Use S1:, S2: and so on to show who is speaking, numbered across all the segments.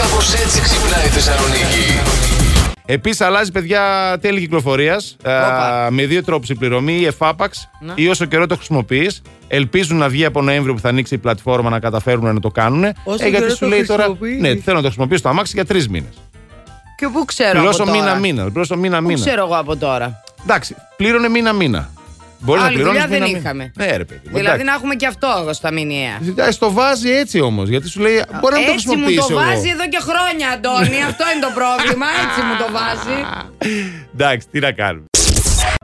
S1: Κάπως έτσι ξυπνάει η Θεσσαλονίκη.
S2: Επίσης, αλλάζει παιδιά τέλη κυκλοφορίας.
S3: Όπα.
S2: Με δύο τρόπους. Η πληρωμή ή εφάπαξ ή όσο καιρό το χρησιμοποιείς. Ελπίζουν να βγει από Νοέμβριο που θα ανοίξει η πλατφόρμα να καταφέρουν να το Ε, κάνουν.
S3: Όσο καιρό το χρησιμοποιείς.
S2: Ναι, θέλω να το χρησιμοποιήσω το αμάξι για τρεις μήνες.
S3: Και πού ξέρω
S2: Πληρώσω
S3: από τώρα.
S2: μήνα-μήνα. Πληρώσω
S3: Πού
S2: μήνα-μήνα.
S3: ξέρω εγώ από τώρα.
S2: Εντάξει, πλήρωνε μήνα-μήνα. Μπορεί
S3: Άλλη
S2: να πληρώνεις.
S3: δουλειά δεν είχαμε.
S2: Ναι, ρε παιδί. μου,
S3: Δηλαδή
S2: εντάξει.
S3: να έχουμε και αυτό εγώ στα μηνιαία.
S2: Ε, Στο βάζει έτσι όμως. Γιατί σου λέει. Μπορεί να το
S3: Έτσι μου
S2: χρησιμοποιήσω.
S3: το
S2: εγώ. Ναι.
S3: βάζει εδώ και χρόνια, Αντώνη. Αυτό είναι το πρόβλημα. Έτσι μου το βάζει.
S2: Εντάξει, τι να κάνουμε.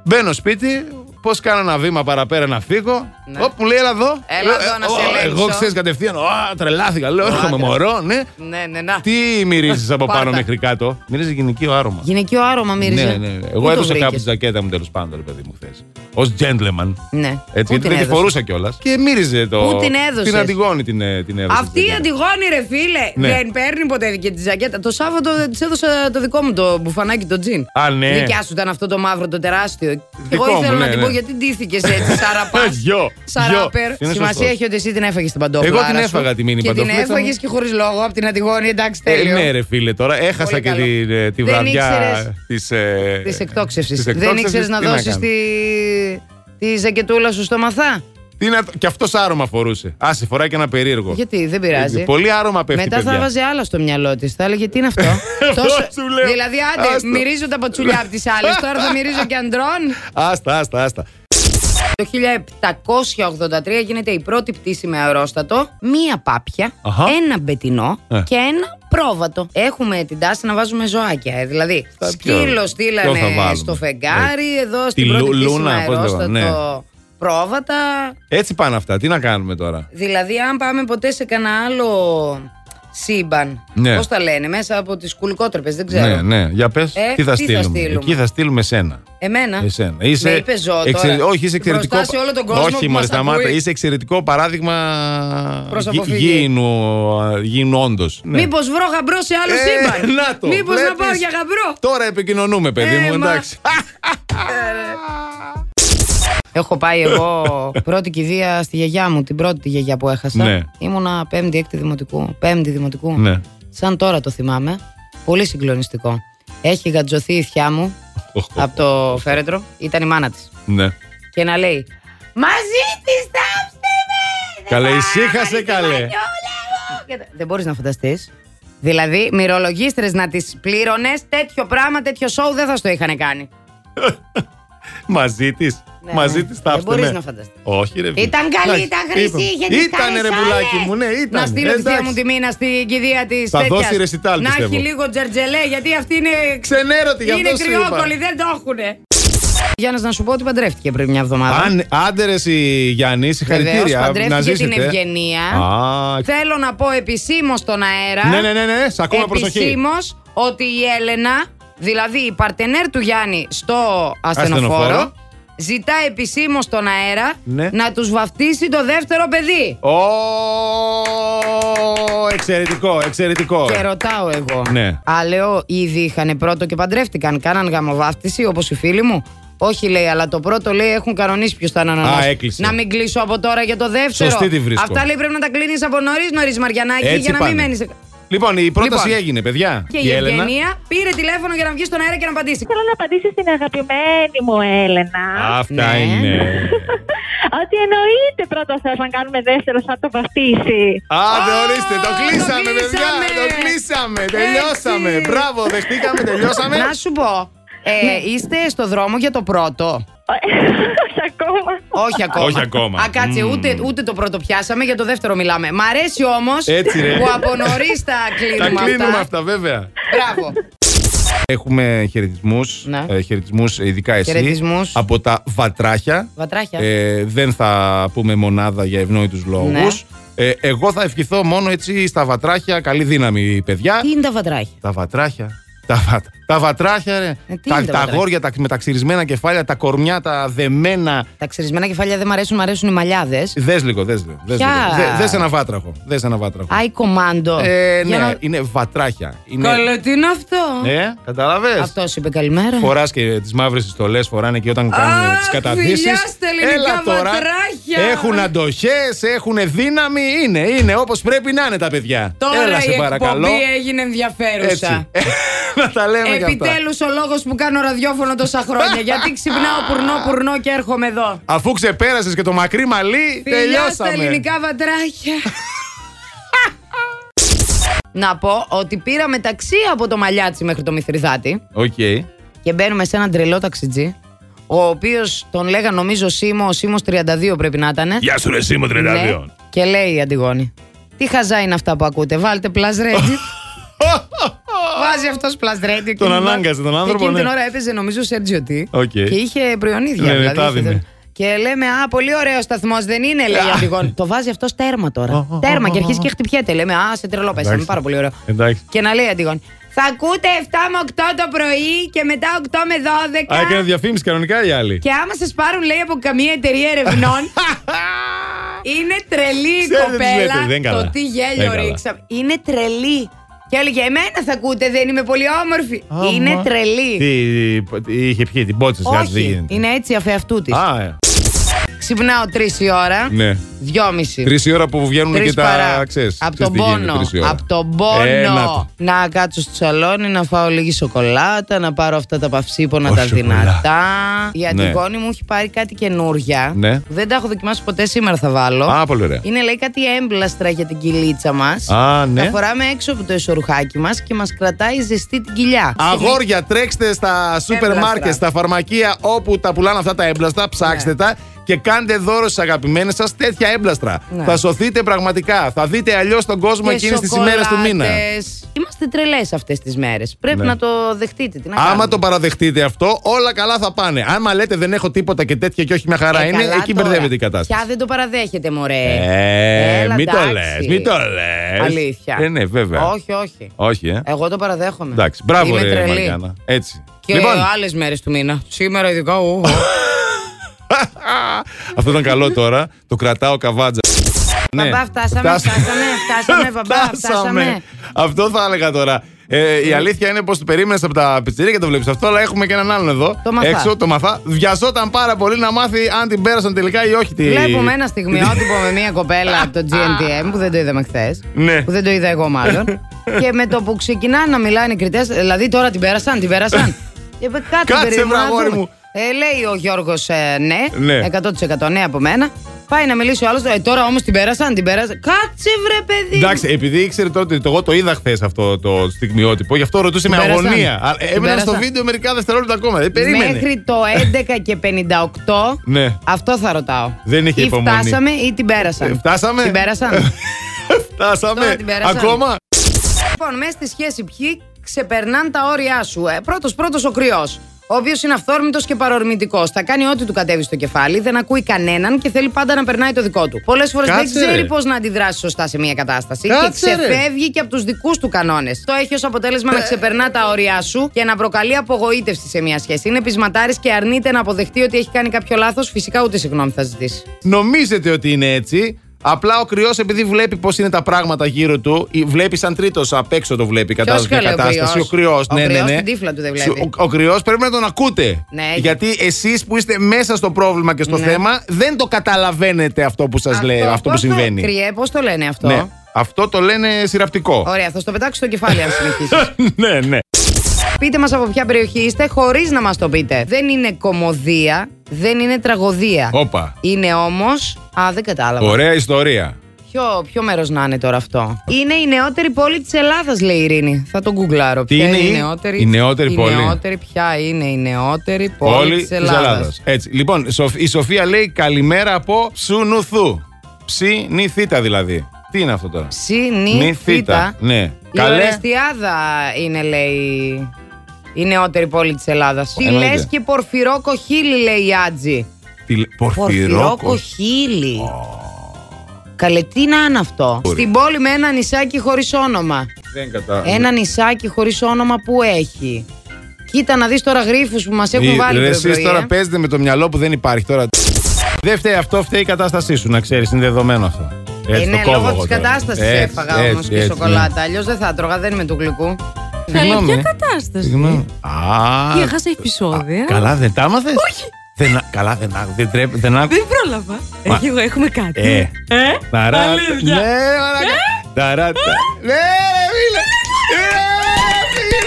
S2: Μπαίνω σπίτι, πώς κάνω ένα βήμα παραπέρα να φύγω.
S3: Ναι.
S2: Ω, που λέει, έλα εδώ.
S3: Έλα εδώ
S2: Λέω,
S3: να
S2: «Ε,
S3: σε
S2: ω,
S3: ελέγξω».
S2: Εγώ ξέρεις κατευθείαν, α, τρελάθηκα. Λέω, έρχομαι
S3: άντρας.
S2: μωρό, ναι.
S3: Ναι, ναι, να.
S2: Τι μυρίζεις από πάνω
S3: Πάρτα.
S2: μέχρι κάτω. Μυρίζει γυναικείο άρωμα.
S3: Γυναικείο άρωμα μύριζε.
S2: Ναι, ναι, ναι.
S3: Πού
S2: Εγώ
S3: το
S2: έδωσα
S3: βρήκες?
S2: κάπου τη ζακέτα μου τέλος πάντων, ρε παιδί μου, χθες. Ως gentleman.
S3: Ναι.
S2: Έτσι,
S3: Πού
S2: γιατί
S3: την
S2: δεν τη
S3: έδωσες?
S2: φορούσα κιόλας. Και μύριζε το.
S3: Πού την έδωσες?
S2: Την Αντιγόνη την, ε, την έδωσα.
S3: Αυτή η Αντιγόνη, ρε φίλε,
S2: Ναι.
S3: δεν παίρνει ποτέ και τη ζακέτα. Το Σάββατο της έδωσα το δικό μου το μπουφανάκι, το τζιν.
S2: Α, ναι.
S3: Δικιά σου ήταν αυτό το μαύρο, το τεράστιο.
S2: Δικό
S3: Εγώ
S2: μου,
S3: ήθελα να
S2: ναι,
S3: την
S2: ναι.
S3: πω γιατί ντύθηκες έτσι, σαραπά.
S2: Ε, Γιο, γιο. Είναι
S3: Σαράπερ.
S2: σωστός.
S3: Σημασία έχει ότι εσύ την έφαγες την παντόφλα.
S2: Εγώ την
S3: άρα σου.
S2: έφαγα τη μίνι
S3: Και
S2: παντόφλα,
S3: την
S2: ήταν-
S3: έφαγες και χωρίς λόγο από την Αντιγόνη, εντάξει,
S2: Ε,
S3: τέλειο.
S2: ναι, ρε φίλε, τώρα έχασα
S3: Πολύ
S2: και
S3: καλό.
S2: τη, ε, τη
S3: Δεν
S2: βραδιά
S3: ήξερες
S2: της. Ε,
S3: Της εκτόξευσης.
S2: της
S3: Δεν
S2: εκτόξευσης,
S3: ήξερες να
S2: τι
S3: δώσεις
S2: κάνω.
S3: τη... τη ζακετούλα σου στο μαθά.
S2: Τι να... Και αυτός άρωμα φορούσε. Άσε, φοράει και ένα περίεργο.
S3: Γιατί δεν πειράζει.
S2: Ε, Πολύ άρωμα πέφτει.
S3: Μετά θα
S2: παιδιά.
S3: βάζει άλλα στο μυαλό της. Θα έλεγε τι είναι αυτό.
S2: Αυτό σου λέω.
S3: Δηλαδή, άντε,
S2: Άστο.
S3: μυρίζω τα πατσουλιά από τις άλλες. Τώρα θα μυρίζω και αντρών.
S2: Άστα, άστα, άστα.
S3: Το 1783 γίνεται η πρώτη πτήση με αερόστατο. Μία πάπια,
S2: Αχα.
S3: ένα μπετινό
S2: Ε.
S3: και ένα πρόβατο. Έχουμε την τάση να βάζουμε ζωάκια. ε. Δηλαδή,
S2: Στα πιο-
S3: σκύλο στείλανε
S2: ποιο θα βάλουμε. Ε,
S3: στο φεγγάρι, εδώ στην
S2: Τη
S3: πρώτη
S2: Λου-
S3: πτήση με
S2: Λούνα, πώς λέγω,
S3: αερόστατο.
S2: ναι.
S3: Πρόβατα,
S2: Έτσι πάνε αυτά. Τι να κάνουμε τώρα.
S3: Δηλαδή, αν πάμε ποτέ σε κανένα άλλο σύμπαν,
S2: Ναι.
S3: πώς τα λένε, μέσα από τις κουλικότρεπε, δεν ξέρω.
S2: Ναι, ναι, για πες.
S3: Ε,
S2: τι θα
S3: τι θα
S2: στείλουμε.
S3: στείλουμε.
S2: Εκεί θα στείλουμε σένα.
S3: Εμένα.
S2: Εσένα.
S3: Με είπε ζώο τώρα.
S2: εξαιρε- Όχι, είσαι εξαιρετικό.
S3: Μπροστά σε όλο τον κόσμο
S2: Όχι,
S3: που
S2: μωρέ,
S3: μας
S2: σταμάτα.
S3: ακούει.
S2: Είσαι εξαιρετικό παράδειγμα
S3: Προς
S2: γη-
S3: αποφυγή.
S2: γήινου- γήινου όντος. Ναι.
S3: Μήπως βρω γαμπρό σε άλλο
S2: Ε,
S3: σύμπαν.
S2: να το.
S3: Μήπως να
S2: βλέπεις.
S3: πάω για γαμπρό.
S2: Τώρα επικοινωνούμε, παιδί
S3: Ε,
S2: μου,
S3: μα.
S2: εντάξει.
S3: Έχω πάει εγώ πρώτη κηδεία στη γιαγιά μου, την πρώτη τη γιαγιά που έχασα.
S2: Ναι.
S3: Ήμουνα πέμπτη, έκτη δημοτικού. Πέμπτη δημοτικού.
S2: Ναι.
S3: Σαν τώρα το θυμάμαι. Πολύ συγκλονιστικό. Έχει γατζωθεί η θιά μου από το φέρετρο. Ήταν η μάνα της.
S2: Ναι.
S3: Και να λέει Μαζί της θάψτε με!
S2: Καλέ,
S3: Δεν
S2: ησύχασε,
S3: πάρει τη
S2: καλέ.
S3: μανιόλα μου!» Και τα- Δεν μπορείς να φανταστείς. Δηλαδή, μυρολογίστρες να τις πλήρωνες, τέτοιο πράγμα, τέτοιο σοου δεν θα στο είχαν κάνει.
S2: Μαζί της.
S3: Ναι,
S2: Μαζί
S3: ναι.
S2: τη
S3: Δεν
S2: θαύστε
S3: μπορείς
S2: με.
S3: να φανταστείς.
S2: Όχι, ρε. φίλε.
S3: Ήταν καλή,
S2: Εντάξει,
S3: ήταν χρυσή, είχε τις
S2: Ήτανε ρε
S3: καλές
S2: πουλάκι
S3: όλες.
S2: μου, ναι, ήταν.
S3: Να στείλω τη θεία μου τη μήνα στην κηδεία της.
S2: Θα δώσει ρεσιτάλ,
S3: Να
S2: πιστεύω.
S3: έχει λίγο τζερτζελέ, γιατί αυτή είναι.
S2: Ξενέρωτη, γι' αυτό
S3: Είναι
S2: σου είπα.
S3: κρυόκολλη, δεν το έχουνε. Γιάννης, να σου πω ότι παντρεύτηκε πριν μια εβδομάδα.
S2: Αν άντερε η Γιάννη,
S3: Βεβαίως,
S2: συγχαρητήρια. ναι, Να
S3: παντρεύτηκε
S2: ζήσετε.
S3: την Ευγενία.
S2: Α,
S3: Θέλω να πω επισήμως στον αέρα.
S2: Ναι, ναι, ναι, ναι, σ' ακούω με προσοχή.
S3: επισήμως ότι η Έλενα, δηλαδή η παρτενέρ του Γιάννη στο ασθενοφόρο,
S2: Ασθενοφόρο.
S3: ζητά επισήμως στον αέρα
S2: Ναι.
S3: να τους βαφτίσει το δεύτερο παιδί.
S2: Ω, εξαιρετικό, εξαιρετικό.
S3: Και ρωτάω εγώ.
S2: Ναι.
S3: Α, λέω, ήδη είχαν πρώτο και παντρεύτηκαν. Κάναν γαμοβάφτιση όπως οι φίλοι μου. Όχι, λέει, αλλά το πρώτο λέει έχουν κανονίσει ποιος θα είναι ο νονός.
S2: Α, έκλεισε.
S3: Να μην κλείσω από τώρα για το δεύτερο.
S2: Σωστή τη βρίσκω.
S3: Αυτά λέει πρέπει να τα κλείνεις από νωρίς, νωρίς, Μαριανάκη,
S2: Έτσι
S3: για να
S2: πάνε.
S3: μην μένεις.
S2: Λοιπόν, η πρόταση
S3: Λοιπόν.
S2: έγινε, παιδιά.
S3: Και η,
S2: Έλενα.
S3: Ευγενία πήρε τηλέφωνο για να βγει στον αέρα και να απαντήσει.
S4: Θέλω να απαντήσω στην αγαπημένη μου Έλενα.
S2: Αυτά
S3: Ναι.
S2: είναι.
S4: Ότι εννοείται πρώτο θέλω να κάνουμε δεύτερο σαν το βαφτίσει.
S2: Άντε,
S3: Α,
S2: ορίστε, το
S3: το
S2: κλείσαμε, παιδιά.
S3: κλείσαμε.
S2: Το κλείσαμε,
S3: Έτσι.
S2: τελειώσαμε. Μπράβο, δεχτήκαμε, τελειώσαμε.
S3: Να σου πω, ε, είστε στο δρόμο για το πρώτο.
S4: Σ' ακόμα.
S3: Όχι ακόμα.
S2: Όχι ακόμα.
S3: Α, κάτσε,
S2: Μμμ.
S3: ούτε, ούτε το πρώτο πιάσαμε, για το δεύτερο μιλάμε. Μ' αρέσει όμως
S2: Έτσι, ρε.
S3: που από νωρίς τα
S2: Τα
S3: κλείνουμε
S2: κλείνουμε
S3: αυτά.
S2: αυτά, βέβαια.
S3: Μπράβο.
S2: Έχουμε χαιρετισμούς.
S3: Ναι.
S2: Ε, χαιρετισμούς, ειδικά εσύ.
S3: Χαιρετισμούς.
S2: Από τα βατράχια.
S3: Βατράχια.
S2: Ε, δεν θα πούμε μονάδα για ευνόητους λόγους.
S3: Ναι.
S2: Ε, εγώ θα ευχηθώ μόνο έτσι στα βατράχια. Καλή δύναμη, παιδιά.
S3: Τι είναι τα βατράχια.
S2: Τα βατράχια Τα, βα- τα βατράχια, ρε.
S3: Ε, τι είναι τα
S2: τα, τα
S3: βατράχια?
S2: αγόρια τα, με τα ξυρισμένα κεφάλια, τα κορμιά, τα δεμένα.
S3: Τα ξυρισμένα κεφάλια δεν μ' αρέσουν, μ' αρέσουν οι μαλλιάδες.
S2: Δες λίγο, δες λίγο. Δες,
S3: Ποια?
S2: λίγο. Δε- δες ένα βάτραχο. Δες ένα βάτραχο.
S3: Άι κομμάντο.
S2: Ε,
S3: Για
S2: ναι,
S3: να-
S2: είναι βατράχια. Είναι...
S3: Καλό, τι είναι αυτό.
S2: Ναι, καταλαβες.
S3: Αυτός είπε καλημέρα.
S2: Φοράς και τις μαύρες ιστολές, φοράνε και όταν κάνουν
S3: Αχ,
S2: τις καταδύσει.
S3: φιλιάστε, ελληνικά βατράχια.
S2: Έχουν αντοχέ, έχουν δύναμη. Είναι, είναι όπως πρέπει να είναι τα παιδιά.
S3: Τώρα
S2: Έλα σε
S3: η
S2: παρακαλώ.
S3: εκπομπή έγινε ενδιαφέρουσα.
S2: Έτσι. να τα λέμε και αυτά.
S3: Επιτέλους ο λόγος που κάνω ραδιόφωνο τόσα χρόνια. Γιατί ξυπνάω πουρνό πουρνό και έρχομαι εδώ.
S2: Αφού ξεπέρασες και το μακρύ μαλλί,
S3: Φιλιάς στα
S2: τελειώσαμε.
S3: ελληνικά βατράχια. Να πω ότι πήραμε ταξί από το Μαλιάτσι μέχρι το Μηθριδάτη
S2: Οκ.
S3: και μπαίνουμε σε έναν τρελό ταξιτζή, ο οποίος τον λέγανε νομίζω Σίμω, ο Σίμω 32 πρέπει να ήταν.
S2: Γεια σου, ρε Σίμω
S3: Ναι. Και λέει η Αντιγόνη. Τι χαζά είναι αυτά που ακούτε. Βάλτε plus radio. Βάζει αυτός plus radio.
S2: Τον
S3: και-
S2: ανάγκασε τον άνθρωπο,
S3: Εκείνη την
S2: ναι.
S3: ώρα έπαιζε νομίζω Σέρτζιο Τι.
S2: Οκ.
S3: Και είχε προϊονίδια.
S2: Ναι, ναι,
S3: δηλαδή,
S2: τα
S3: είχε
S2: δίνει.
S3: τέτοιο. και λέμε, Α, πολύ ωραίο σταθμός δεν είναι, λέει η Αντιγόνη. το βάζει αυτός τέρμα τώρα. τέρμα και αρχίζει και χτυπιέται. Λέμε, Α, σε τρελό πέσαμε.
S2: Εντάξει.
S3: Πάρα πολύ ωραίο.
S2: Εντάξει.
S3: Και να λέει η Αντιγόνη. Θα ακούτε 7 με 8 το πρωί και μετά 8 με 12.
S2: Α, έκανε διαφήμιση κανονικά οι άλλοι.
S3: Και άμα σας πάρουν, λέει, από καμία εταιρεία ερευνών. είναι τρελή η
S2: Ξέρετε τι
S3: κοπέλα.
S2: λέτε, δεν καλά.
S3: Το τι
S2: Δεν
S3: γέλιο
S2: καλά.
S3: ρίξαμε. Είναι τρελή. Και έλεγε, Εμένα θα ακούτε, δεν είμαι πολύ όμορφη. είναι τρελή.
S2: Τι, τι είχε πιει, την πότσε, κάτι δεν
S3: Όχι,
S2: γίνεται.
S3: είναι έτσι αφεαυτού της.
S2: Α, ε.
S3: Ξυπνάω τρεις η ώρα.
S2: ναι.
S3: Δυόμιση.
S2: Τρεις η ώρα που βγαίνουν
S3: Τρεις
S2: και τα
S3: παρά.
S2: ξέρεις,
S3: Απ'
S2: ξέρεις
S3: τον
S2: τι γίνεται
S3: πόνο.
S2: τρεις η ώρα.
S3: Απ' τον
S2: Ε, να
S3: πόνο.
S2: το.
S3: να κάτσω στο σαλόνι, να φάω λίγη σοκολάτα, να πάρω αυτά τα παυσίπονα
S2: Ω,
S3: τα
S2: σοκολάτα.
S3: δυνατά. Η
S2: Ναι.
S3: Αντιγόνη μου έχει πάρει κάτι καινούρια.
S2: Ναι.
S3: που Δεν τα έχω δοκιμάσει ποτέ, σήμερα θα βάλω.
S2: Α, πολύ ωραία.
S3: Είναι λέει κάτι έμπλαστρα για την κυλίτσα μας.
S2: Α, ναι.
S3: Τα φοράμε έξω από το εσωρουχάκι μας και μας κρατάει ζεστή την κοιλιά.
S2: Αγόρια, τρέξτε στα σούπερ
S3: Έμπλαστρα. Ναι.
S2: μάρκετ, στα φαρμακεία όπου τα πουλάνε αυτά τα έμπλαστα, ψάξτε τα και κάντε δώρο στις αγαπημένες σας τέτοια έμπλαστρα.
S3: Ναι.
S2: Θα σωθείτε πραγματικά. Θα δείτε αλλιώς τον κόσμο
S3: Και
S2: εκείνες τις ημέρε του μήνα.
S3: σοκολάτες. Είμαστε τρελές αυτές τις μέρες. Πρέπει
S2: Ναι.
S3: να το δεχτείτε. Τι να
S2: Άμα
S3: κάνουμε.
S2: το παραδεχτείτε αυτό, όλα καλά θα πάνε. Άμα λέτε δεν έχω τίποτα και τέτοια και όχι μια χαρά
S3: Ε,
S2: είναι,
S3: καλά
S2: εκεί
S3: τώρα.
S2: μπερδεύεται η κατάσταση.
S3: Πια δεν το παραδέχεται, μωρέ.
S2: Ε,
S3: Έλα,
S2: μην το
S3: εντάξει.
S2: λες, μην το λες.
S3: Αλήθεια.
S2: Ε, ναι, βέβαια.
S3: Όχι, όχι.
S2: Όχι, ε.
S3: Εγώ το παραδέχομαι.
S2: Εντάξει, μπράβο,
S3: Είμαι
S2: ρε
S3: τρελή.
S2: Μαριάννα. Έτσι.
S3: Και λοιπόν. άλλες μέρες του μήνα. Σήμερα ειδικά. ου, ου.
S2: Αυτό ήταν καλό τώρα. Το κρατάω Ναι. καβάτζα.
S3: Μπαμπά, φτάσαμε,
S2: Φτάσα-
S3: φτάσαμε, φτάσαμε, μπαμπά, φτάσαμε.
S2: Αυτό θα έλεγα τώρα. Ε, η αλήθεια είναι πως το περίμενες από τα πιτσιρίκια και το βλέπεις αυτό, αλλά έχουμε και έναν άλλον εδώ.
S3: Το μαθά.
S2: Έξω, το μαθά. Βιαζόταν πάρα πολύ να μάθει αν την πέρασαν τελικά ή όχι. Τη...
S3: Βλέπουμε ένα στιγμιότυπο με μια κοπέλα από το GNTM που δεν το είδαμε χθες.
S2: Ναι.
S3: Που δεν το είδα εγώ μάλλον. και με το που ξεκινάνε να μιλάνε οι κριτές, δηλαδή τώρα την πέρασαν, την πέρασαν. Και είπε, κάτσε,
S2: Κάτσε,
S3: περίμενα
S2: βρε,
S3: να
S2: αγόρι
S3: δούμε».
S2: μου.
S3: Ε, λέει ο Γιώργος ε, ναι,
S2: Ναι.
S3: 100% ναι από μένα. Πάει να μιλήσει ο άλλος. Ε, τώρα όμως την πέρασαν, την πέρασαν. Κάτσε, βρε, παιδί.
S2: Εντάξει, επειδή ήξερε τώρα ότι το- εγώ το είδα χθες αυτό το στιγμιότυπο, γι' αυτό ρωτούσε με
S3: Την πέρασαν.
S2: αγωνία. Α,
S3: Την
S2: Έμενα στο
S3: πέρασαν.
S2: βίντεο μερικά δευτερόλεπτα ακόμα. Δεν περίμενε. Ε,
S3: Μέχρι το 11 και 58.
S2: Ναι.
S3: Αυτό θα ρωτάω.
S2: Δεν είχε
S3: ή
S2: υπομονή.
S3: φτάσαμε ή την πέρασαν.
S2: Ε, φτάσαμε.
S3: Την πέρασαν.
S2: Φτάσαμε.
S3: Τώρα την πέρασαν.
S2: Ακόμα.
S3: Λοιπόν, μέσα στη σχέση ποιοι ξεπερνάνε τα όρια σου. Ε, πρώτος πρώτος ο κρυός. Ο οποίος είναι αυθόρμητος και παρορμητικός. Θα κάνει ό,τι του κατέβει στο κεφάλι, δεν ακούει κανέναν και θέλει πάντα να περνάει το δικό του. Πολλές φορές δεν
S2: Κάτσε, ρε.
S3: ξέρει πώς να αντιδράσει σωστά σε μια κατάσταση
S2: Κάτσε, ρε.
S3: και ξεφεύγει και από τους δικούς του κανόνες. Το έχει ως αποτέλεσμα να ξεπερνά τα όρια σου και να προκαλεί απογοήτευση σε μια σχέση. Είναι πεισματάρης και αρνείται να αποδεχτεί ότι έχει κάνει κάποιο λάθος, φυσικά ούτε συγγνώμη θα ζητήσει.
S2: νομίζετε ότι είναι έτσι. Απλά ο κρυός, επειδή βλέπει πώς είναι τα πράγματα γύρω του, ή βλέπει σαν τρίτος απ' έξω το βλέπει κατά
S3: Ποιος
S2: την
S3: καλέ, ο
S2: κατάσταση. Ο
S3: κρυός?
S2: κρυό,
S3: Ο
S2: ναι, ναι,
S3: κρυός
S2: ναι.
S3: την τύφλα του δεν βλέπει.
S2: Ο, ο κρυός πρέπει να τον ακούτε.
S3: Ναι.
S2: Γιατί εσείς που είστε μέσα στο πρόβλημα και στο θέμα, δεν το καταλαβαίνετε αυτό που σας λέει, αυτό που
S3: πώς το-
S2: συμβαίνει.
S3: Κρυέ, πώς το λένε αυτό.
S2: Ναι. Αυτό το λένε σειραπτικό.
S3: Ωραία, θα στο πετάξω στο κεφάλι αν συνεχίσεις.
S2: ναι, ναι.
S3: Πείτε μας από ποια περιοχή είστε, χωρίς να μας το πείτε. Δεν είναι κομμωδία, δεν είναι τραγωδία.
S2: Όπα.
S3: Είναι όμως. Α, δεν κατάλαβα.
S2: Ωραία ιστορία.
S3: Ποιο, ποιο μέρος να είναι τώρα αυτό. Είναι η νεότερη πόλη της Ελλάδας, λέει η Ειρήνη. Θα τον γκουγκλάρω.
S2: Τι
S3: Ποια
S2: είναι
S3: η
S2: η-
S3: νεότερη,
S2: η νεότερη
S3: η
S2: πόλη?
S3: νεότερη, ποια είναι η νεότερη πόλη,
S2: Όλη
S3: της
S2: της
S3: Ελλάδας.
S2: Ελλάδας. Έτσι. Λοιπόν, Σοφ- η Σοφία λέει καλημέρα από ψουνουθού. Ψινιθήτα δηλαδή. Τι είναι αυτό τώρα. Νη θήτα,
S3: Συνήθιτα.
S2: Ναι.
S3: Η Ορεστιάδα είναι, λέει, η νεότερη πόλη της Ελλάδας.
S2: Εννοείται.
S3: Φιλέ και πορφυρό κοχύλι, λέει η Άτζη.
S2: Τι-
S3: Πορφυρό
S2: Πορφυρόκο.
S3: κοχύλι. Καλέ, τι να είναι αυτό. Στην πόλη με ένα νησάκι χωρίς όνομα.
S2: Δεν ναι. κατάλαβα.
S3: Ένα νησάκι χωρίς όνομα που έχει. Κοίτα να δεις τώρα γρήφου που μας έχουν
S2: Ή-
S3: βάλει
S2: ρε,
S3: πρωί,
S2: Εσείς
S3: πρωί,
S2: τώρα
S3: ε.
S2: παίζετε με το μυαλό που δεν υπάρχει τώρα. Δεν φταίει αυτό, φταίει η κατάστασή σου, να ξέρεις. Είναι δεδομένο αυτό.
S3: Ε,
S2: Έτσι,
S3: ναι,
S2: το
S3: λόγω
S2: κόβω
S3: τη
S2: εγώ τώρα.
S3: κατάστασης
S2: Έτσι,
S3: έφαγα όμως
S2: έτσι, ναι.
S3: και
S2: έτσι,
S3: σοκολάτα. Αλλιώς δεν θα τρώγα, δεν είμαι του γλυκού.
S2: ναι.
S5: Καλή,
S2: Συγγνώμη.
S5: ποια
S2: ε.
S5: κατάσταση.
S2: Συγγνώμη. Α,
S5: Τι, έχασα επεισόδια.
S2: Καλά, δεν τα άμαθες. Όχι. Δεν, α- καλά, δεν, άκου- δεν, τρέπε- δεν άκου-
S5: Δεν πρόλαβα.
S2: Μα-
S5: Εγώ έχουμε κάτι.
S2: Ε.
S5: Ε,
S2: Ταρά.
S5: αλήθεια.
S2: Ναι, μαλάκα. Ταρά. τα- Ναι, ρε, φίλε. Ε, φίλε.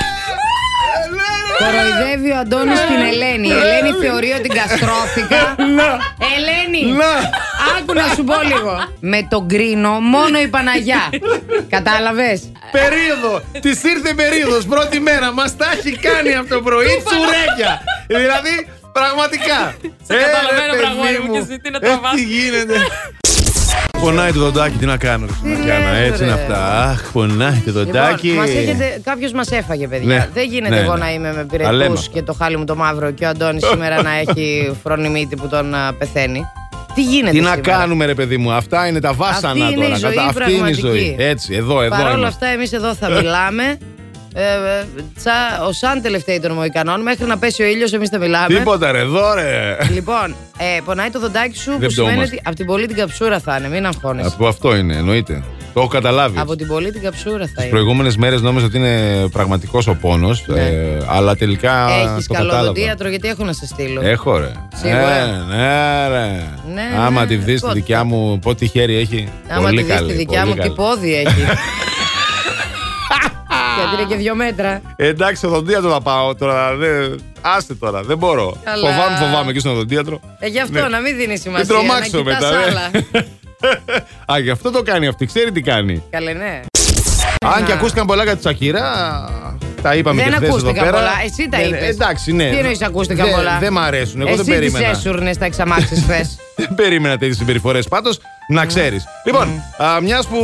S2: Ε, ναι, ρε.
S3: Κοροϊδεύει ο Αντώνης την Ελένη. Η
S2: Ναι.
S3: Ελένη θεωρεί ότι καστρώθηκα.
S2: Να.
S3: Ελένη!
S2: Να.
S3: Άκου να σου πω λίγο. Με τον κρίνο μόνο η Παναγιά. Κατάλαβες.
S2: Περίοδο! Της ήρθε περίοδος, πρώτη μέρα. Μας τα έχει κάνει από το πρωί τσουρέκια. δηλαδή, πραγματικά.
S5: Σε καταλαβαίνω, πραγόρι μου, και εσύ τι να
S2: Ε,
S5: τραβάς.
S2: Τι γίνεται. Πονάει το δοντάκι, τι να κάνω. ρε, να κάνω.
S3: λες,
S2: Έτσι είναι
S3: ρε.
S2: αυτά. Αχ, πονάει το δοντάκι.
S3: Λοιπόν, μας έχετε, κάποιος μας έφαγε, παιδιά.
S2: Ναι.
S3: Δεν γίνεται
S2: Ναι,
S3: εγώ
S2: ναι.
S3: να είμαι με
S2: Τα λέμε
S3: πυρετούς
S2: αυτά.
S3: και το χάλι μου το μαύρο και ο Αντώνης σήμερα να έχει φρόνη μύτη που τον α, πεθαίνει. Τι γίνεται
S2: Τι να
S3: σήμερα?
S2: κάνουμε, ρε παιδί μου, αυτά είναι τα βάσανα
S3: Αυτή είναι
S2: τώρα.
S3: η ζωή,
S2: κατά- Αυτή είναι η ζωή.
S3: πραγματική.
S2: Έτσι, εδώ, εδώ.
S3: Παρ' όλα
S2: είμαστε.
S3: αυτά, εμείς εδώ θα μιλάμε. Ε, ε, τσα- ο Σαν τελευταίοι των Μοϊκανών, μέχρι να πέσει ο ήλιος, εμείς θα μιλάμε.
S2: Τίποτα, ρε, εδώ, ρε.
S3: Λοιπόν, ε, πονάει το δοντάκι σου
S2: Δεν
S3: που σημαίνει
S2: πτώμαστε.
S3: ότι από την πολύ την καψούρα θα είναι, μην αγχώνεσαι.
S2: Από αυτό είναι, εννοείται. Το έχω καταλάβει.
S3: Από την πολύ την καψούρα θα
S2: Τις
S3: είναι.
S2: προηγούμενες μέρες νόμιζα ότι είναι πραγματικός ο πόνος,
S3: Ναι.
S2: αλλά τελικά.
S3: Έχεις
S2: το κατάλαβα.
S3: καλοδοντίατρο, γιατί έχω να σε στείλω.
S2: Έχω, ρε.
S3: Σίγουρα.
S2: Ε, ναι, ρε.
S3: Ναι,
S2: Άμα
S3: ναι,
S2: τη δεις τη
S3: πότε
S2: δικιά
S3: θα-
S2: μου, πότι χέρι έχει.
S3: Άμα
S2: πολύ
S3: τη δεις
S2: καλή,
S3: τη δικιά
S2: πολύ
S3: μου, τι
S2: καλή.
S3: πόδι έχει. γιατί είναι και δύο μέτρα.
S2: Εντάξει, οδοντίατρο θα πάω τώρα. Δε... Άστε τώρα, δεν μπορώ.
S3: Καλά.
S2: Φοβάμαι, φοβάμαι και στον οδοντίατρο.
S3: Ε, γι' αυτό
S2: Ναι.
S3: να μην δίνεις
S2: Μην
S3: σημασία. να
S2: τρομάξω
S3: κοιτάς
S2: μετά. ρε.
S3: άλλα.
S2: Α, γι' αυτό το κάνει αυτή, ξέρει τι κάνει.
S3: Καλέ, ναι.
S2: Αν και ακούστηκαν πολλά για τη Σακύρα, τα είπαμε
S3: Δεν
S2: και χθες εδώ
S3: ακούστηκαν
S2: πέρα.
S3: πολλά. Εσύ τα
S2: Δεν-
S3: είπες.
S2: Εντάξει, ναι.
S3: Τι εννοείς ακούστηκαν
S2: Δεν-
S3: πολλά.
S2: Δεν μ' αρέσουν. Εγώ
S3: Εσύ
S2: δεν περίμενα.
S3: τις έσουρνες τα εξαμάξεις χθες.
S2: Δεν περίμενα τέτοιες συμπεριφορές πάντως.
S3: Ναι.
S2: Να ξέρεις. Λοιπόν, μια που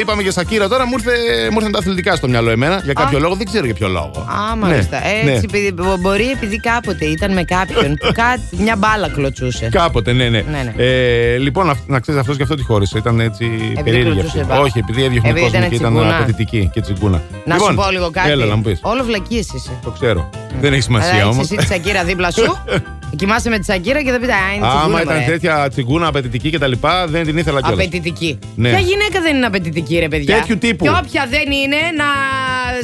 S2: είπαμε για Σακύρα τώρα, μου, ήρθε, μου ήρθαν τα αθλητικά στο μυαλό εμένα. Για κάποιο λόγο, δεν ξέρω για ποιο λόγο.
S3: Α, μάλιστα.
S2: Ναι,
S3: Έτσι,
S2: ναι.
S3: επειδή- μπο- μπορεί επειδή κάποτε ήταν με κάποιον που κάτι, μια μπάλα κλωτσούσε.
S2: Κάποτε, ναι, ναι.
S3: Ναι, ναι.
S2: Ε, λοιπόν, αυ- να ξέρεις αυτός και αυτό τη χώρισε. Ήταν έτσι περίεργη
S3: κλωτσούσε
S2: αυτή.
S3: μπάλα.
S2: Όχι, επειδή έδιωχνε
S3: Επειδή
S2: κόσμο
S3: ήταν
S2: και ήταν
S3: τσιγκούνα.
S2: απαιτητική και τσιγκούνα.
S3: Να
S2: λοιπόν,
S3: σου πω λίγο κάτι.
S2: Έλα, να μου πεις.
S3: Όλο βλακίες είσαι.
S2: Το ξέρω. Δεν έχει σημασία
S3: Αλλά έχεις
S2: όμως.
S3: εσύ τη Σακύρα δίπλα σου. Κοιμάσαι με τη Σακύρα και θα πείτε Α, είναι τσιγκούνα,
S2: Άμα
S3: μωρέ».
S2: ήταν τέτοια τσιγκούνα απαιτητική κτλ., δεν την ήθελα κιόλας.
S3: Απαιτητική.
S2: Ναι.
S3: Ποια γυναίκα δεν είναι απαιτητική, ρε παιδιά.
S2: Τέτοιου τύπου.
S3: Και όποια δεν είναι, να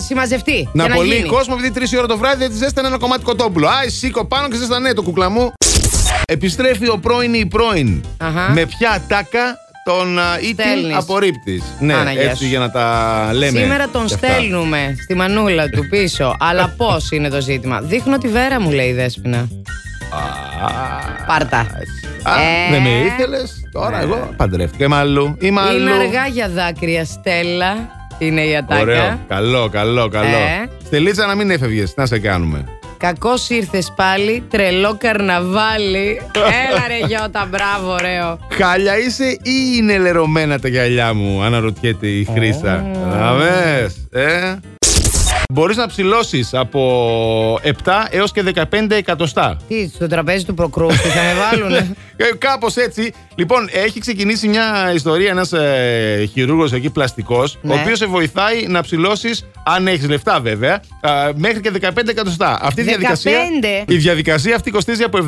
S3: συμμαζευτεί.
S2: Να
S3: και να
S2: πολύ
S3: γίνει.
S2: κόσμο, επειδή τρεις ώρα το βράδυ δεν τη ζέστανε ένα κομμάτι κοτόπουλο. Α, εσύ σήκω πάνω και ζέστανε το κουκλά μου. Επιστρέφει ο πρώην ή η πρώην.
S3: Αχα.
S2: Με ποια ατάκα τον α, ή την
S3: Στέλνεις.
S2: απορρίπτεις. Ναι,
S3: Άναγιά
S2: έτσι
S3: σου.
S2: για να τα λέμε.
S3: Σήμερα τον
S2: και αυτά.
S3: στέλνουμε στη μανούλα του πίσω. Αλλά πώς είναι το ζήτημα. Δείχνω τη βέρα μου, λέει η Δέσποινα.
S2: Α,
S3: Πάρτα.
S2: α,
S3: Ε.
S2: Δεν με ήθελες. Τώρα
S3: Ναι.
S2: εγώ παντρεύτηκα. Είμαι αλλού. Είμαι αλλού.
S3: Είναι αργά για δάκρυα, Στέλλα. Είναι η ατάκα.
S2: Ωραίο. Καλό, καλό, καλό.
S3: Ε.
S2: Στελίτσα να μην έφευγες. Τι να σε κάνουμε.
S3: Κακό ήρθες πάλι, τρελό καρναβάλι. Έλα ρε Γιώτα, μπράβο, ωραίο.
S2: Χάλια είσαι ή είναι λερωμένα τα γυαλιά μου, αναρωτιέται η Χρύσα. Αμές, ε. Μπορείς να ψηλώσεις από 7 έως και 15 εκατοστά.
S3: Τι, στο τραπέζι του προκρούστη θα με βάλουνε.
S2: Ε, Κάπως έτσι. Λοιπόν, έχει ξεκινήσει μια ιστορία ένας ε, χειρούργος εκεί πλαστικός,
S3: Ναι.
S2: ο οποίος σε βοηθάει να ψηλώσεις, αν έχεις λεφτά βέβαια, α, μέχρι και 15 εκατοστά. Αυτή η διαδικασία,
S3: 15?
S2: η διαδικασία αυτή κοστίζει από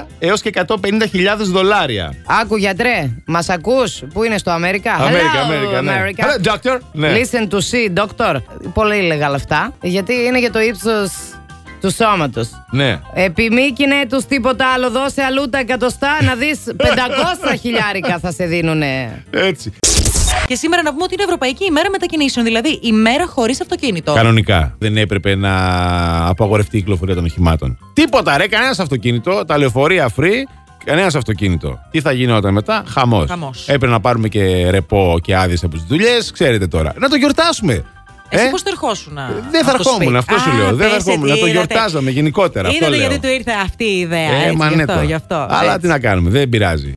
S2: 70 έως και 150 χιλιάδες δολάρια.
S3: Άκου γιατρέ, μας ακούς που είναι στο Αμέρικα.
S2: Αμέρικα,
S3: Hello,
S2: Αμέρικα, ναι.
S3: America.
S2: Hello, doctor. Ναι.
S3: Listen to see, doctor. Πολύ λέγα αυτά. Γιατί είναι για το ύψος του σώματος.
S2: Ναι.
S3: Επί μη κινέτους τίποτα άλλο, δώσε αλλού τα εκατοστά να δεις 500 χιλιάρικα θα σε δίνουνε.
S2: Έτσι.
S5: Και σήμερα να πούμε ότι είναι Ευρωπαϊκή ημέρα μετακινήσεων, δηλαδή ημέρα χωρίς αυτοκίνητο.
S2: Κανονικά δεν έπρεπε να απαγορευτεί η κυκλοφορία των οχημάτων. Τίποτα ρε, κανένας αυτοκίνητο, τα λεωφορεία free, κανένας αυτοκίνητο. Τι θα γινόταν μετά, χαμός.
S5: Χαμός.
S2: Έπρεπε να πάρουμε και ρεπό και άδειες από τις δουλειές, ξέρετε τώρα. Να το γιορτάσουμε.
S5: Εσύ
S2: Ε?
S5: πώς το ερχόσουν.
S2: Δεν θα ερχόμουν, αυτό σου λέω. Δεν θα ερχόμουν. Να το γιορτάζαμε γενικότερα. Αυτό
S5: Είδατε
S2: λέω.
S5: γιατί του ήρθε αυτή η ιδέα.
S2: Ε,
S5: έτσι,
S2: μα
S5: γι'
S2: ναι
S5: αυτό,
S2: τώρα.
S5: γι' αυτό.
S2: Αλλά
S5: έτσι.
S2: τι να κάνουμε, δεν πειράζει.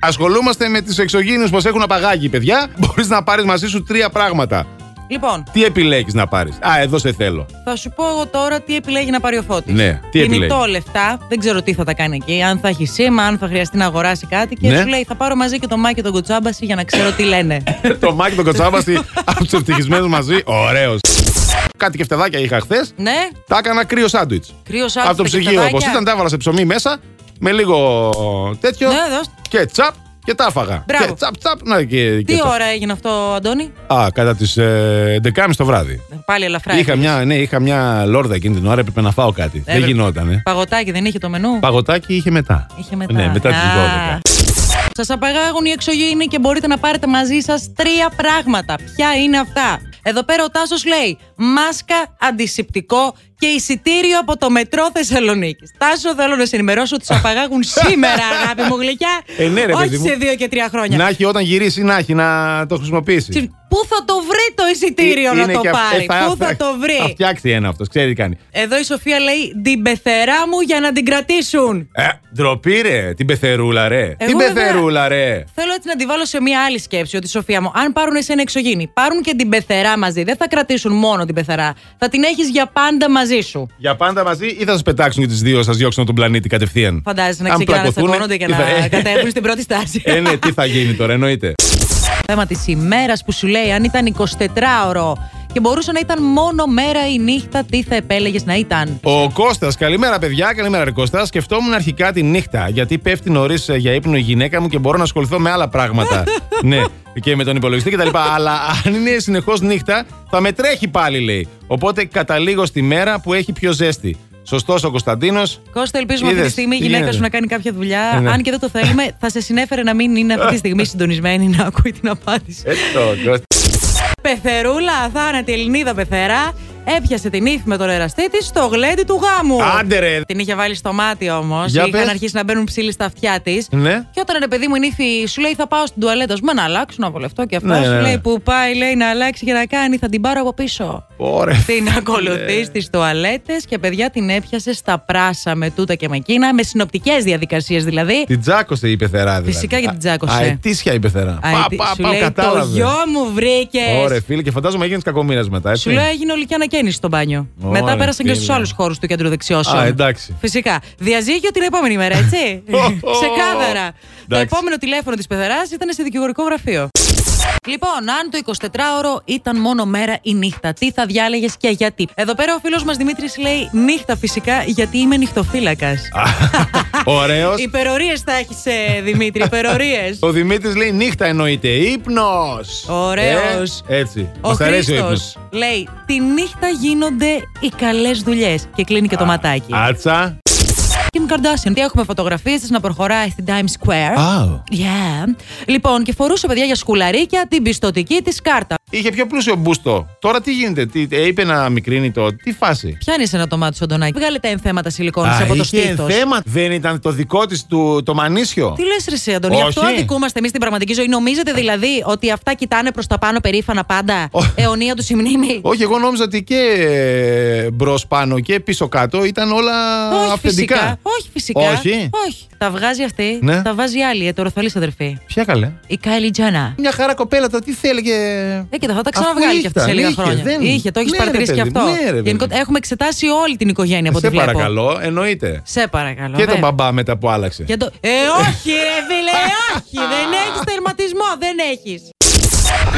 S2: Ασχολούμαστε με του εξωγήινου που έχουν απαγάγει, παιδιά. Μπορείς να πάρεις μαζί σου τρία πράγματα.
S5: Λοιπόν,
S2: Τι επιλέγεις να πάρεις. Α, εδώ σε θέλω.
S5: θα σου πω εγώ τώρα τι επιλέγει να πάρει ο Φώτης.
S2: Ναι, τι
S5: Κινητό
S2: επιλέγεις.
S5: λεφτά, δεν ξέρω τι θα τα κάνει εκεί. Αν θα έχει σήμα, αν θα χρειαστεί να αγοράσει κάτι. Και
S2: Ναι.
S5: σου λέει, θα πάρω μαζί και τον Μάκη και τον Κοτσάμπαση για να ξέρω τι λένε.
S2: το Μάκη τον Κοτσάβαση από τους ευτυχισμένους μαζί. Ωραίος. Κάτι και φτεδάκια είχα χθες.
S5: ναι,
S2: Τα έκανα κρύο σάντουιτ.
S5: κρύο άνθρωπο.
S2: Από το ψυγείο όπως ήταν, τα έβαλα σε ψωμί μέσα με λίγο τέτοιο.
S5: Ναι, δώσ'
S2: Και τσαπ και τα έφαγα.
S5: Μπράβο.
S2: Και τσαπ, τσαπ. Να και. και
S5: Τι
S2: το-
S5: ώρα έγινε αυτό, Αντώνη.
S2: Α, κατά ε, τι 11.30 το βράδυ.
S5: Πάλι ελαφρά.
S2: Είχα μια, ναι, είχα μια λόρδα εκείνη την ώρα, έπρεπε να φάω κάτι. Δεν
S5: Έπρεπε.
S2: γινότανε.
S5: Παγωτάκι δεν είχε το μενού.
S2: Παγωτάκι είχε μετά.
S5: Είχε μετά.
S2: Ναι, μετά τις 12.
S5: Σας απαγάγουν οι εξωγήινοι και μπορείτε να πάρετε μαζί σας τρία πράγματα. Ποια είναι αυτά. Εδώ πέρα ο Τάσος λέει μάσκα, αντισηπτικό και εισιτήριο από το μετρό Θεσσαλονίκης. Τάσο, θέλω να σε ενημερώσω ότι σε απαγάγουν σήμερα, αγάπη μου γλυκιά.
S2: Ε, ναι, ρε,
S5: Όχι
S2: παιδί μου.
S5: σε δύο και τρία χρόνια.
S2: Να έχει όταν γυρίσει, να έχει να το χρησιμοποιήσει.
S5: Τι- Πού θα το βρει το εισιτήριο
S2: Ε,
S5: να
S2: είναι
S5: το
S2: και αυ-
S5: πάρει,
S2: ε, θα-
S5: Πού θα το
S2: Θα
S5: βρει.
S2: φτιάξει ένα αυτός, ξέρει τι κάνει.
S5: Εδώ η Σοφία λέει την πεθερά μου για να την κρατήσουν.
S2: Ε, ντροπή ρε, την πεθερούλα ρε.
S5: Εγώ
S2: την
S5: βέβαια-
S2: πεθερούλα ρε.
S5: Θέλω έτσι να τη βάλω σε μια άλλη σκέψη ότι Σοφία μου, αν πάρουν εσένα εξωγήινη, πάρουν και την πεθερά μαζί. Δεν θα κρατήσουν μόνο την πεθερά. Θα την έχεις για πάντα μαζί σου.
S2: Για πάντα μαζί ή θα σας πετάξουν και τις δύο, σας διώξουν από τον πλανήτη κατευθείαν.
S5: Φαντάζεσαι να
S2: Αν
S5: ξεκινάνε να
S2: πλακωθούνε,
S5: τσακώνονται και
S2: τι
S5: να
S2: θα- ε,
S5: κατέβουν στην πρώτη στάση.
S2: Ε, ναι, τι θα γίνει τώρα, εννοείται.
S5: Το θέμα της ημέρας που σου λέει αν ήταν 24ωρο και μπορούσε να ήταν μόνο μέρα ή νύχτα, τι θα επέλεγες να ήταν.
S2: Ο Κώστας, καλημέρα παιδιά, καλημέρα ρε Κώστας. Σκεφτόμουν αρχικά τη νύχτα, γιατί πέφτει νωρίς για ύπνο η γυναίκα μου και μπορώ να ασχοληθώ με άλλα πράγματα. ναι, και με τον υπολογιστή κτλ. Αλλά αν είναι συνεχώς νύχτα, θα με τρέχει πάλι, λέει. Οπότε καταλήγω στη μέρα που έχει πιο ζέστη. Σωστός ο Κωνσταντίνος.
S5: Κώστα, ελπίζουμε αυτή τη
S2: Είδες,
S5: στιγμή η
S2: τι
S5: γυναίκα
S2: γίνεται.
S5: σου να κάνει κάποια δουλειά.
S2: Ε, ναι.
S5: Αν και δεν το θέλουμε, θα σε συνέφερε να μην είναι αυτή τη στιγμή συντονισμένη να ακούει την απάντηση.
S2: Έτσι το, Κώστα.
S5: Πεθερούλα, αθάνατη Ελληνίδα πεθερά, έπιασε την ύφη με τον εραστή της στο γλέντι του γάμου.
S2: Άντε ρε.
S5: Την είχε βάλει στο μάτι όμως.
S2: Για
S5: Είχαν
S2: πες.
S5: αρχίσει να μπαίνουν ψήλοι στα αυτιά της.
S2: Ναι.
S5: Και όταν ρε παιδί μου η νύφη σου λέει θα πάω στην τουαλέτα, σου να αλλάξω, να βολευτώ και αυτό.
S2: Ναι,
S5: σου
S2: ναι, ναι.
S5: λέει που πάει, λέει να αλλάξει και να κάνει, θα την πάρω από πίσω.
S2: Ωραία.
S5: Την ακολουθεί στις τουαλέτες και παιδιά την έπιασε στα πράσα με τούτα και με εκείνα, με συνοπτικές διαδικασίες δηλαδή.
S2: Την τσάκωσε η πεθερά, δηλαδή.
S5: Φυσικά και την τσάκωσε.
S2: Α, αετήσια η πεθερά.
S5: Α,
S2: Πα,
S5: τι-
S2: πα,
S5: σου
S2: πα,
S5: λέει, το
S2: κατάλαβες.
S5: γιο μου βρήκες.
S2: Ωραία, φίλε, και φαντάζομαι έγινες κακομοίρα μετά, έτσι.
S5: Σου λέω έγινε ολική ανακαίνιση στο μπάνιο.
S2: Ωραία,
S5: Μετά πέρασαν και στους
S2: φίλε.
S5: άλλους χώρους του κέντρου δεξιώσεων.
S2: Α, εντάξει.
S5: Φυσικά. Διαζύγιο την επόμενη μέρα, έτσι. Ξεκάθαρα. Το
S2: Εντάξει.
S5: επόμενο τηλέφωνο της πεθεράς ήταν σε δικηγορικό γραφείο. Λοιπόν, αν το 24ωρο ήταν μόνο μέρα ή νύχτα, τι θα διάλεγες και γιατί. Εδώ πέρα ο φίλος μας Δημήτρης λέει νύχτα φυσικά γιατί είμαι νυχτοφύλακας.
S2: Ωραίος.
S5: Υπερορίες θα έχεις, Δημήτρη, υπερορίες.
S2: Ο Δημήτρης λέει νύχτα εννοείται. Ύπνος!
S5: Ωραίος.
S2: Ε, έτσι.
S5: Ο
S2: Μας αρέσει ο
S5: Χρήστος
S2: ύπνος.
S5: λέει: Τη νύχτα γίνονται οι καλές δουλειές. Και κλείνει και το ματάκι.
S2: Άτσα.
S5: Kim Kardashian. Τι έχουμε φωτογραφίε της να προχωράει στην Times Square.
S2: Άου.
S5: Yeah. Λοιπόν, και φορούσε παιδιά για σκουλαρίκια την πιστοτική της κάρτα.
S2: Είχε πιο πλούσιο μπούστο. Τώρα τι γίνεται, τι, ε, είπε να μικρύνει το. Τι φάση.
S5: Πιάνει ένα ντομάτι στον Αντωνάκη. Βγάλε τα ενθέματα σιλικόνης
S2: Α,
S5: από το
S2: είχε
S5: στήθος.
S2: θέμα. Δεν ήταν το δικό της το μανίσιο.
S5: Τι λες, Ρε εσύ, Αντωνία,
S2: Όχι.
S5: αυτό αδικούμαστε εμείς στην πραγματική ζωή. Νομίζετε δηλαδή ότι αυτά κοιτάνε προς τα πάνω περήφανα πάντα,
S2: Ω.
S5: αιωνία του συμνήμη.
S2: Όχι, εγώ νόμιζα ότι και ε, μπρος πάνω και πίσω κάτω ήταν όλα
S5: Όχι
S2: αυθεντικά.
S5: φυσικά. Όχι φυσικά.
S2: Όχι.
S5: Όχι. Τα βγάζει αυτή,
S2: Ναι.
S5: τα βάζει άλλη, ετεροθαλή αδερφή.
S2: Ποια καλέ.
S5: Η Κάιλι Τζανά.
S2: Μια χαρά κοπέλα, το τι θέλει και.
S5: Ε, κοίτα, θα τα
S2: Αφού
S5: ξαναβγάλει και αυτή
S2: ήταν,
S5: σε λίγα
S2: είχε,
S5: χρόνια.
S2: δεν-
S5: Είχε, το έχεις
S2: Ναι, ρε,
S5: παρατηρήσει και
S2: παιδί
S5: αυτό.
S2: μου, ναι, ρε, παιδί μου.
S5: Γενικότερα έχουμε εξετάσει όλη την οικογένεια από
S2: Σε
S5: ό,τι βλέπω.
S2: παρακαλώ, εννοείται.
S5: Σε παρακαλώ.
S2: Και τον
S5: βέβαια.
S2: μπαμπά μετά που άλλαξε.
S5: ναι. Και το... Ε, όχι, ρε φίλε, ε, όχι. δεν έχεις τερματισμό, δεν έχεις.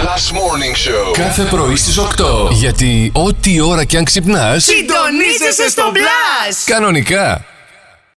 S1: Last Morning Show.
S6: Κάθε πρωί στις 8. Γιατί ό,τι ώρα κι αν ξυπνάς,
S3: Συντονίζεσαι στο μπλα!
S6: κανονικά.